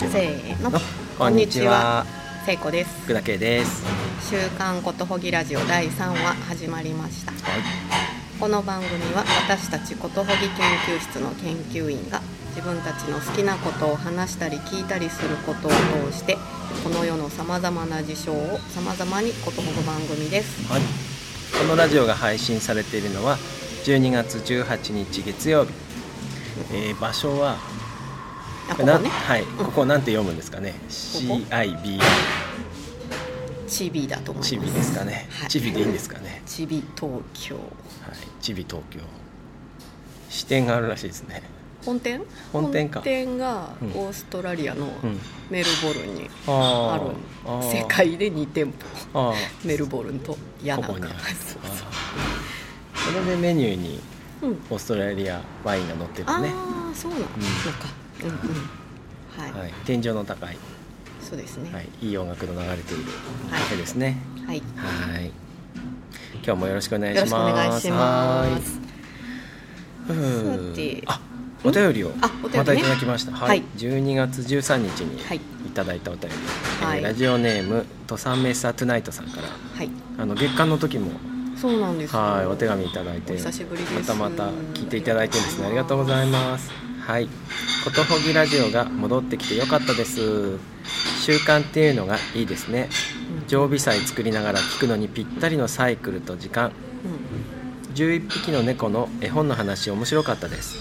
せーのこんにちは聖子です福田圭です週刊ことほぎラジオ第3話始まりましたはこの番組は私たちことほぎ研究室の研究員が自分たちの好きなことを話したり聞いたりすることを通してこの世のさまざまな事象をさまざまにことほぐ番組ですい、はい、このラジオが配信されているのは12月18日月曜日、えー、場所はあここなねはいここなんて読むんですかね CIB チビだと思いますチビですかねはいチビでいいんですかねチビ東京はいチビ東京支店があるらしいですね本店本店か本店がうんオーストラリアのうんメルボルンにあある、ーあー世界で2店舗ああメルボルンとヤナこカこにあるそうあそーそれでメニューにううんオーストラリアワインが載ってるあねあそうなのかうんうんはい、はい、天井の高い、そうですねははい、い、いい音楽の流れているカフェですね。はい。今日もよろしくお願いしよろします。くお願いしますはーい。さてあ、お便りをあお便りねまたいただきました。ははいい。 12月13日にはいいただいたお便り。はいえーラジオネームトサンメッサートゥナイトさんから、はいあの月間の時もそうなんですよはいお手紙いただいてお久しぶりですまたまた聞いていただいてですねありがとうございますはいことほぎラジオが戻ってきてよかったです習慣っていうのがいいですねうん常備菜作りながら聞くのにぴったりのサイクルと時間11匹の猫の絵本の話面白かったです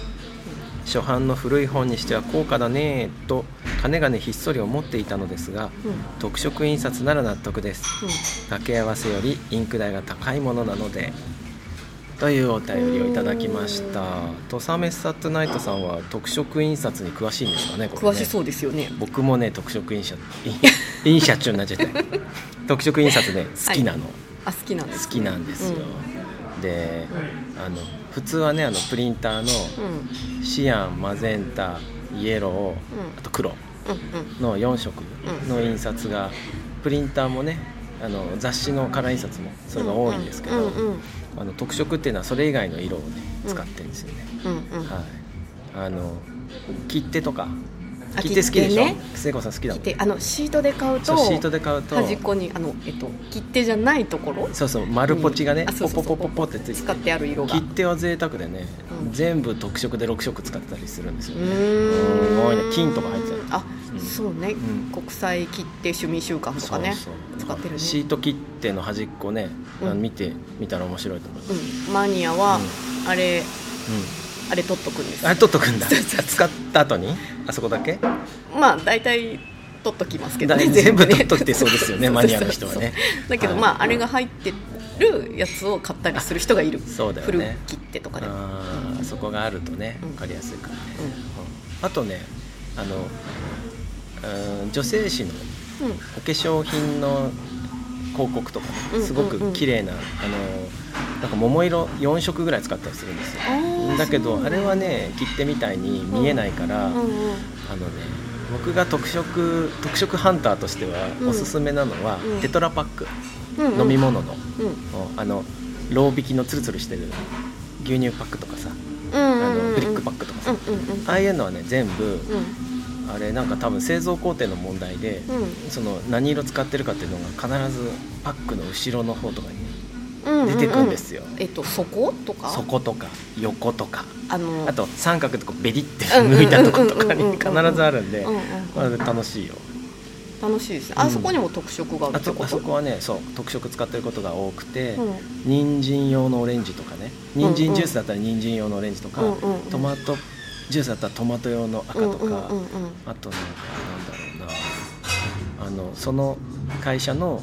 初版の古い本にしては高価だねとかねがねひっそり思っていたのですがうんうん特色印刷なら納得です掛け合わせよりインク代が高いものなのでというお便りをいただきました土佐メッサトゥナイトさんは特色印刷に詳しいんですかねこれ詳ねしそうですよね僕もね特色印刷 印印刷中になっちゃった特色印刷ね好きなの、あ好きなんです好きなんですよ、であの普通はねあのプリンターうんのうんシアンマゼンタイエローあと黒うんうんの4色うんの印刷がプリンターもねあの雑誌のカラー印刷もそれが多いんですけど、うんうんあの特色っていうのはそれ以外の色をね使ってるんですよね、うんうんはいあの切手とかあ切手好きでし切ょ手ね聖子、さん好きだ切も手んあのシートで買うそとうシートで買うと端っこにあのえっと切手じゃないところそうそう丸ポチがね、うんあそポうそうポそポうポポってつい使てってある色が切手は贅沢でね、うん全部特色で6色使ってたりするんですようね、ーんすごいね金とか入ってたあそうね、うん国際切手趣味週間とかね使ってるねシート切手の端っこね、あのうん見てみたら面白いと思います、うん、マニアは、あれうんあれ取っとくんですあれ取っとくんだそうそうそう使った後にあそこだけまあ大体取っときますけどね大全部取っときてそうですよ ねそうマニアの人はねだけど、はいまああれが入ってるやつを買ったりする人がいるそうだよ古ね切手とかでも、うん、あーそこがあるとねうん分かりやすいからね、うんあとねあのうん女性誌のうんお化粧品の広告とかね、うんすごく綺麗な、あのなんか桃色4色ぐらい使ったりするんですよあーだけそうどなあんれはね切手みたいに見えないから、うんうんあのね僕が特色特色ハンターとしてはうんおすすめなのは、うんテトラパック、うんうん飲み物の、うんあのロー引きのツルツルしてる牛乳パックとかさ、うんうんあうんのうんブリックパックとかうさ、んうんうんああいうのはね全部、うあれなんか多分製造工程の問題で、んその何色使ってるかっていうのが必ずパックの後ろの方とかにねうんうん出てくんですよ、えっと底とか底とか横とかあのあと三角とこうベリってうんうんうん抜いたとことかに必ずあるんでうんうんまあ楽しいよ楽しいですねあ、うんそこにも特色があるあってとことあそこはねそう特色使ってることが多くて、うん人参用のオレンジとかねうんうん人参ジュースだったら人参用のオレンジとか、うんうんうんトマトジュースだったらトマト用の赤とか、うんうんうんうんあとなんかなんだろうなあのその会社の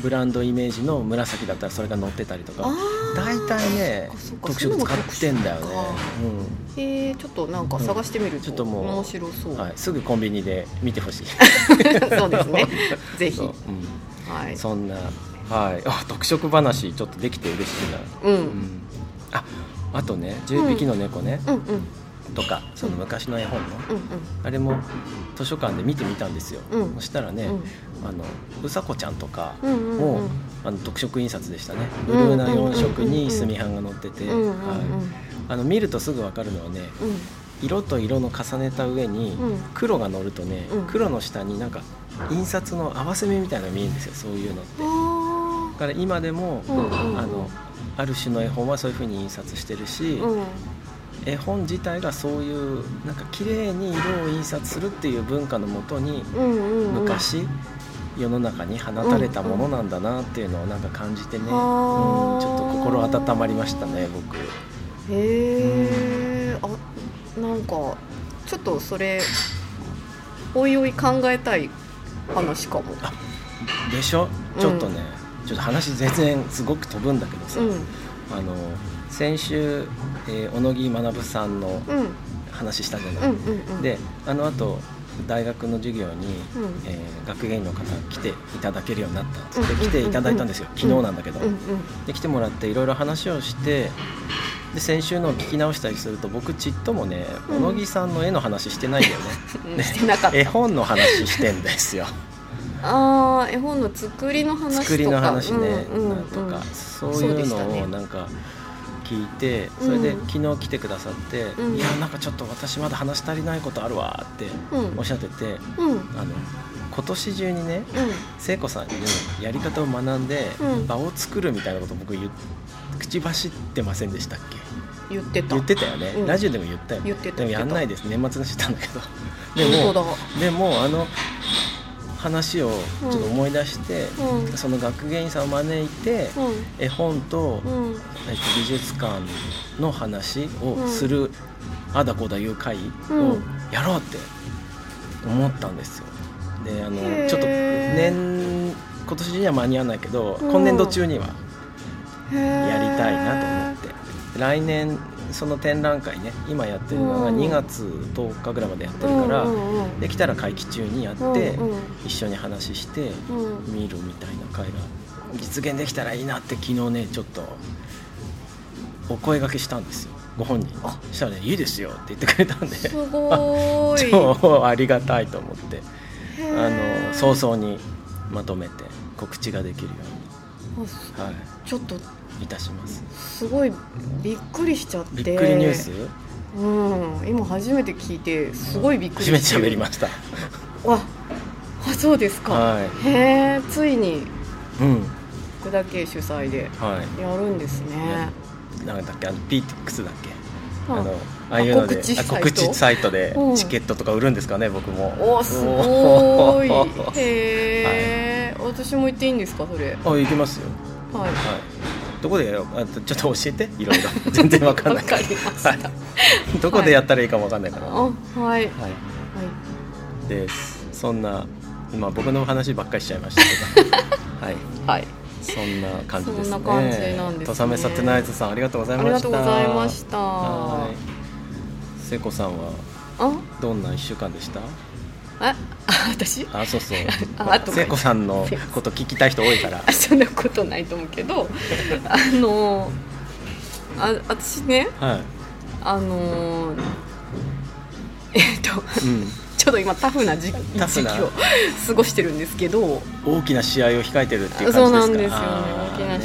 ブランドイメージの紫だったらそれが載ってたりとかあー大体ねそっか特そっ色か使ってんだよねそういうのも特色か、えー、ちょっとなんか探してみるちとょっともう面白そうう、んはい、すぐコンビニで見てほしいそうですねぜひそう、はういん、そんな、はい、あ特色話ちょっとできて嬉しいなうん、ううんんああとね10匹の猫ね、うんうんとかその昔の絵本の、うんあれも図書館で見てみたんですよ、うんそしたらね、あのうさこちゃんとかうんうんうんも、あの特色印刷でしたねブうんルーな4うんうん色うんうにん墨版が載ってて、うんうんうんうんうんはい、あの見るとすぐ分かるのはね色と色の重ねた上にうん黒が乗るとね、うん黒の下になんか印刷の合わせ目みたいなの見えるんですよそういうのってだあから今でも、うんうんうんあのある種の絵本はそういうふうに印刷してるし、ーうん絵本自体がそういうなんか綺麗に色を印刷するっていう文化のもとにうんうんうん昔、世の中に放たれたものなんだなっていうのをなんか感じてね、うんはあちょっと心温まりましたね僕へえあなんかちょっとそれおいおい考えたい話かもでしょちょっとね、ちょっと話全然すごく飛ぶんだけどさ、うんあの先週、えー小野木学さんのうん話したじゃうない、んうんうんであのあと大学の授業うに、んえー学芸員の方来ていただけるようになったっつうっんうんうんうんて来ていただいたんですよ、昨日なんだけど、うんで来てもらっていろいろ話をしてで先週のを聞き直したりすると僕ちっともねうん小野木さんの絵の話してないんだよね、うんうんしてなかっ た絵本の話してんですよあー絵本の作りの 話とか作りの話ね、うんうんなんとうんかそうそういでうしたのねをなんか聞いてそれでうん昨日来てくださって「うんいやなんかちょっと私まだ話し足りないことあるわ」ってうんおっしゃっててうんうんあの今年中にね聖子さんにやり方を学んでうん場を作るみたいなこと僕言っ口走ってませんでしたっけ言ってた言ってたよね、うんラジオでも言ったよね言ってたでもやんないです年末にしてたんだけどで 本当もだでもあの話をちょっと思い出して、うんその学芸員さんを招いて、絵本と,、うんうんえっと美術館の話をする、あだこだいう会をうんやろうって思ったんですよ。であのへーちょっと年今年には間に合わないけど、うん今年度中にはややりたいなと思って来年その展覧会ね今やってるのがうん2月10日ぐらいまでやってるから、うんうんうんできたら会期中にやって、うんうん一緒に話してうん見るみたいな会が実現できたらいいなって昨日ねちょっとお声掛けしたんですよご本人あしたらね「いいですよ」って言ってくれたんですご ーい超ありがたいと思ってへあーの早々にまとめて告知ができるよあすうに、はちょっとい、いたしますすごいびっくりしちゃってびっくりニュース、うん今初めて聞いてすごいびっくり初めて喋りますした。ああそうですか、はへえついにい。うん。福田家主催ではやるんですねい。なんだっけ、あの、ピーティックスだっけ。あうんの、ああいうので、告知サイトあ告知サイトでうん、チケットとか売るんですかね、僕も。おすごいおへえ、私も行っていいんですかそれお ーあ、行きますよ。はいはい。どこでやろう、あ、ちょちょっと教えて、いろいろ、 全然わかんないから。わかりましたはい。どこでやったらいいかもわかんないから。はあはいはいい。です。そんな、まあ、僕の話ばっかりしちゃいました けど。はい。はいそんな感じですね。そんな感じなんですねとさめさてナイズさん、ありがとうございあまりした。がとうございましたはあい。聖子さんはどんな一週間でした？え私あ、そうそう あ。まああと聖子さんのこと聞きたい人多いから。 そんなことないと思うけ どあのあ私ねはあのえっとい。うん。ちょっと今タフな時タフ時な期を過ごしてるんですけど大きな試合を控えてるっていう感じですか。そうなんですよねあ大きーな試合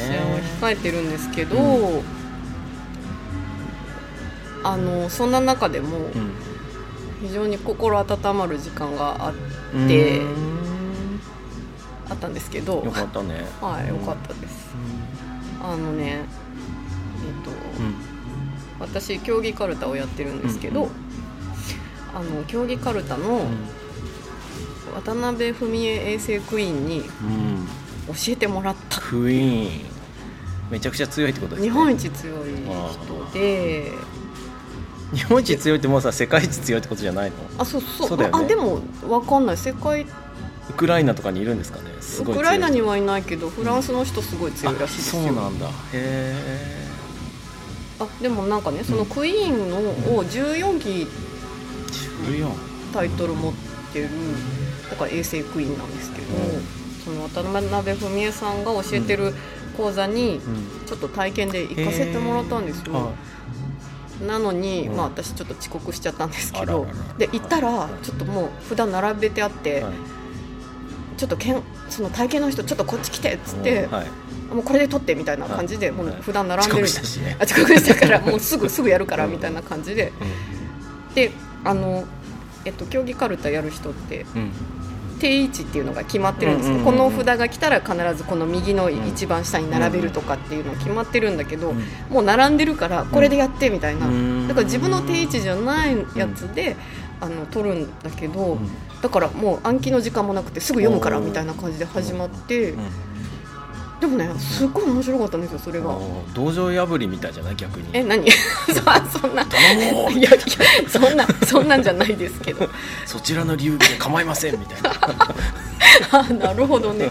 を控えてるんですけど、うあのそんな中でもね非常に心温まる時間があうん。でうあったんですけどーんよかったね。はい良かったです。あのねえっと、うん。私競技かるたをやってるんですけど、うんうんあの競技かるたの渡辺文江衛生クイーンにうん。うん教えてもらったクイーン。めちゃくちゃ強いってことですね。日本一強い人で日本一強いってもうさ世界一強いってことじゃないのあそうそうそうだよねあでも分かんない世界ウクライナとかにいるんですかねすウごい強いクライナにはいないけどフランスの人すごい強いらしいですよあそうなんだへえあでもなんかねそのクイーンのを14期14タイトル持ってるだから衛星クイーンなんですけど、その渡辺文江さんが教えてる講座にうんちょっと体験で行かせてもらったんですよ、はなのに、うんまあ、私ちょっと遅刻しちゃったんですけあどららららで行ったらちょっともう札並べてあっいて、はいちょっとけんその体験の人ちょっとこっち来てっつって、はいもうこれで取ってみたいな感じで、はいもうはい普段並ん遅でる刻したしね あ遅刻したからもうすぐすぐやるからみたいな感じでうであの、えっと、競技かるたやる人ってうん定位置っていうのが決まってるんですけど、うんうんうんうんこの札が来たら必ずこの右の一番下に並べるとかっていうの決まってるんだけど、もう並んでるからこれでやってみたいな、うんだから自分の定位置じゃないやつで、あの取るんだけど、うんだからもう暗記の時間もなくてすぐ読むからみたいな感じで始まって、うんでもねすっごい面白かったんですよそれが。おー道場破りみたいじゃない逆にえ何 そそんな頼もういやいやそんなそんなんじゃないですけどそちらの流儀で構いませんみたいな あなるほどね、うん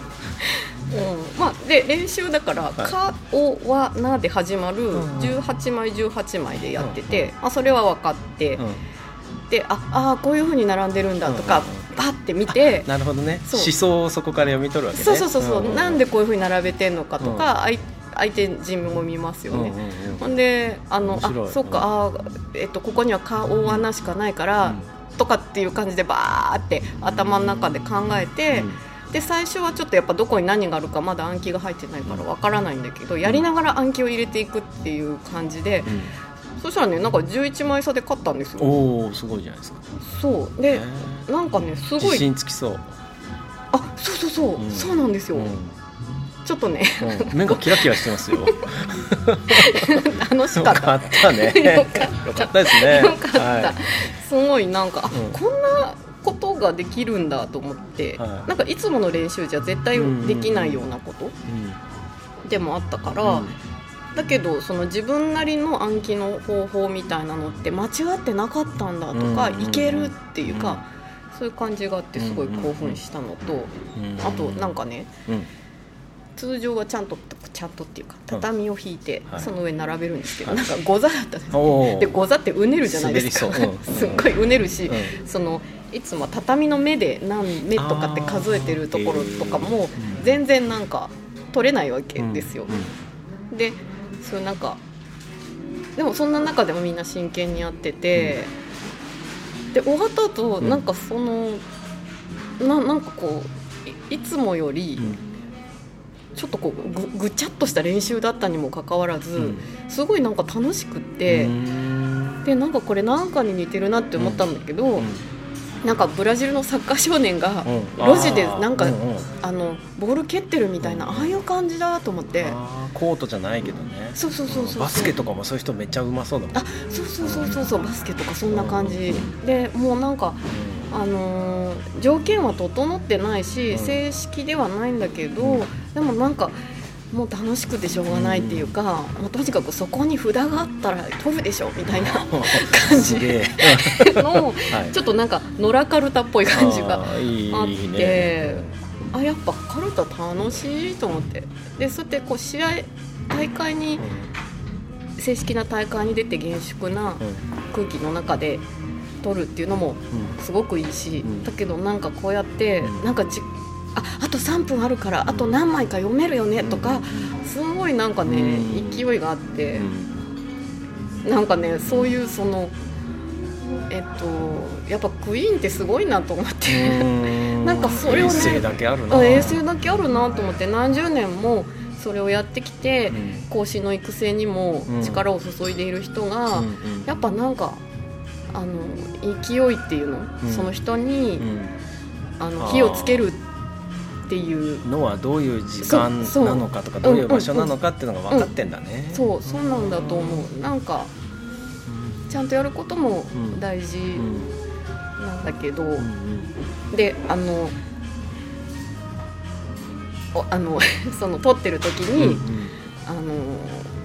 まあ、で練習だから「いか」「お」「は」「な」で始まるん18枚18枚でやってて、まあ、それは分かって、でああーこういうふうに並んでるんだとか、うんうんうバッて見て。なるほどねそう思想をそこから読み取るわけねそうそうそうそう、なんででこういうふうに並べてんのかとか、相相手陣も見ますよね、ほんであの面白いあそうか、あーえっと、ここには顔穴しかないから、とかっていう感じでバーって頭の中で考えて、で最初はちょっとやっぱどこに何があるかまだ暗記が入ってないからわからないんだけどやりながら暗記を入れていくっていう感じで、そしたらねなんか11枚差で勝ったんですよ。おおすごいじゃないですかそうへでーなんかねすご自い信つきそうあそうそうそう、うんそうなんですよ、うんちょっとねうん目がキラキラして ますよよ楽しかったかったねよかよかったですねよかった、はいすごいなんか、あうんこんなことができるんだと思って、はいなんかいつもの練習じゃ絶対できないようなことでもあったから、うんだけどその自分なりの暗記の方法みたいなのって間違ってなかったんだとか、うんいけるっていうか、そういう感じがあってすごい興奮したのと、うんあとなんかねうん通常はちゃんとちゃんとっていうか畳を引いて、はいその上に並べるんですけど、はいなんかござだったんですおーでござってうねるじゃないですか、滑りそうう んすっごいうねるし、うそのいつもは畳の目で何目とかって数えてるところとかもあー全然なんか取れないわけんですよう、んでそうなんかでもそんな中でもみんな真剣にやってて、で終わった後うんなんかその、ななんかこういいつもよりうんちょっとこうぐぐちゃっとした練習だったにもかかわらず、うんすごいなんか楽しくって。うんでなんかこれなんかに似てるなって思ったんだけど、なんかブラジルのサッカー少年が、うん路地でなんかあーううあのボール蹴ってるみたいなああいう感じだと思ってあーコートじゃないけどねそうそうそうそうバスケとかもそういう人めっちゃうまそうだもんあそうそうそうそうそうバスケとかそんな感じ、でもうなんか、あのー条件は整ってないし、うん正式ではないんだけど、うんでもなんかもう楽しくてしょうがないっていうか、もうとにかくそこに札があったら飛ぶでしょみたいなう感ん、じすげえ、の はい、ちょっとなんかノラカルタっぽい感じがあーいいあっていいねあやっぱカルタ楽しいと思ってでそうやってこう試合大会に正式な大会に出て厳粛なうんうん空気の中で取るっていうのもすごくいいし、うんだけどなんかこうやってうんなんかじああと3分あるからあと何枚か読めるよねうんとか、すごいなんかねうん勢いがあってう、んなんかねそういうそのえっとやっぱクイーンってすごいなと思って。うんなんかそれをね衛星だけある なあ衛星だけあるなと思って何十年もそれをやってきてうん講師の育成にもうん力を注いでいる人が、うんうんやっぱなんかあの勢いっていうの、うんその人に、うあのあー火をつけるっていうんのはどういう時そ間うそうなのかとかどういう場所なのかっていうのが分かってんだね、そうそうなんだと思うなんかちゃんとやることもうん大事うんなんだけど、うんうんであのおあの その撮ってる時うんに「あの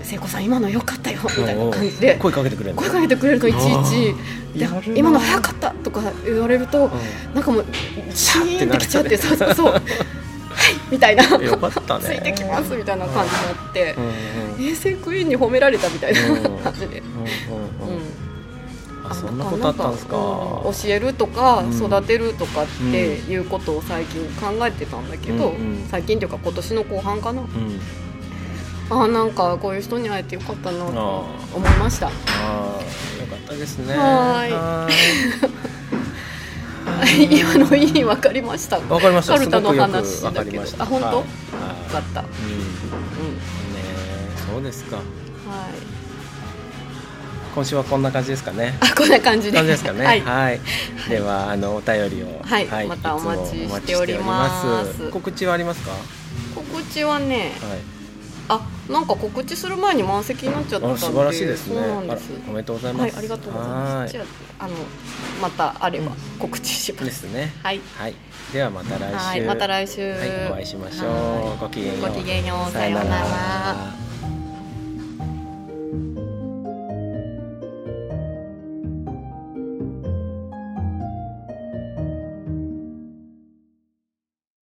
聖子さん今の良かったよ」みたいな感じおでー声かけてくれるの声かけてくれるといちいちでやるなぁ今の早かったとか言われるとなんかもうシーンってきちゃってシそうそうそうはいみたいなうんよかったねついてきますみたいな感じになってうんうん衛星クイーンに褒められたみたいなうん感じで。うんうんううんんあそんなことあったんですかなんうん教えるとかうん育てるとかっていうことを最近考えてたんだけど、うんうん最近というか今年の後半かなうんあーなんかこういう人に会えてよかったなとあー思いましたあーよかったですねはーいーい 今の意味分かりましたよわかりましたカルタのすごくよくわかりまし話だけどたあ本当はいはいかった、うんうんねえそうですかはい今週はこんな感じですかねあこんな感じで感じですかねはい、はいではあのお便りをはいまたお待ちいつもしておりますお待ちしておりま告知はありますかは告知はねあなんか告知する前に満席になっちゃったいんあで素晴らしいですねそうなんあでらすおめでとうございまはすいありがとうございますじはゃああのまたあれば告知しいまですすねはいはいではまた来週はいまた来週はいお会いしましょはうごきげんようごきげんようさようなさようならら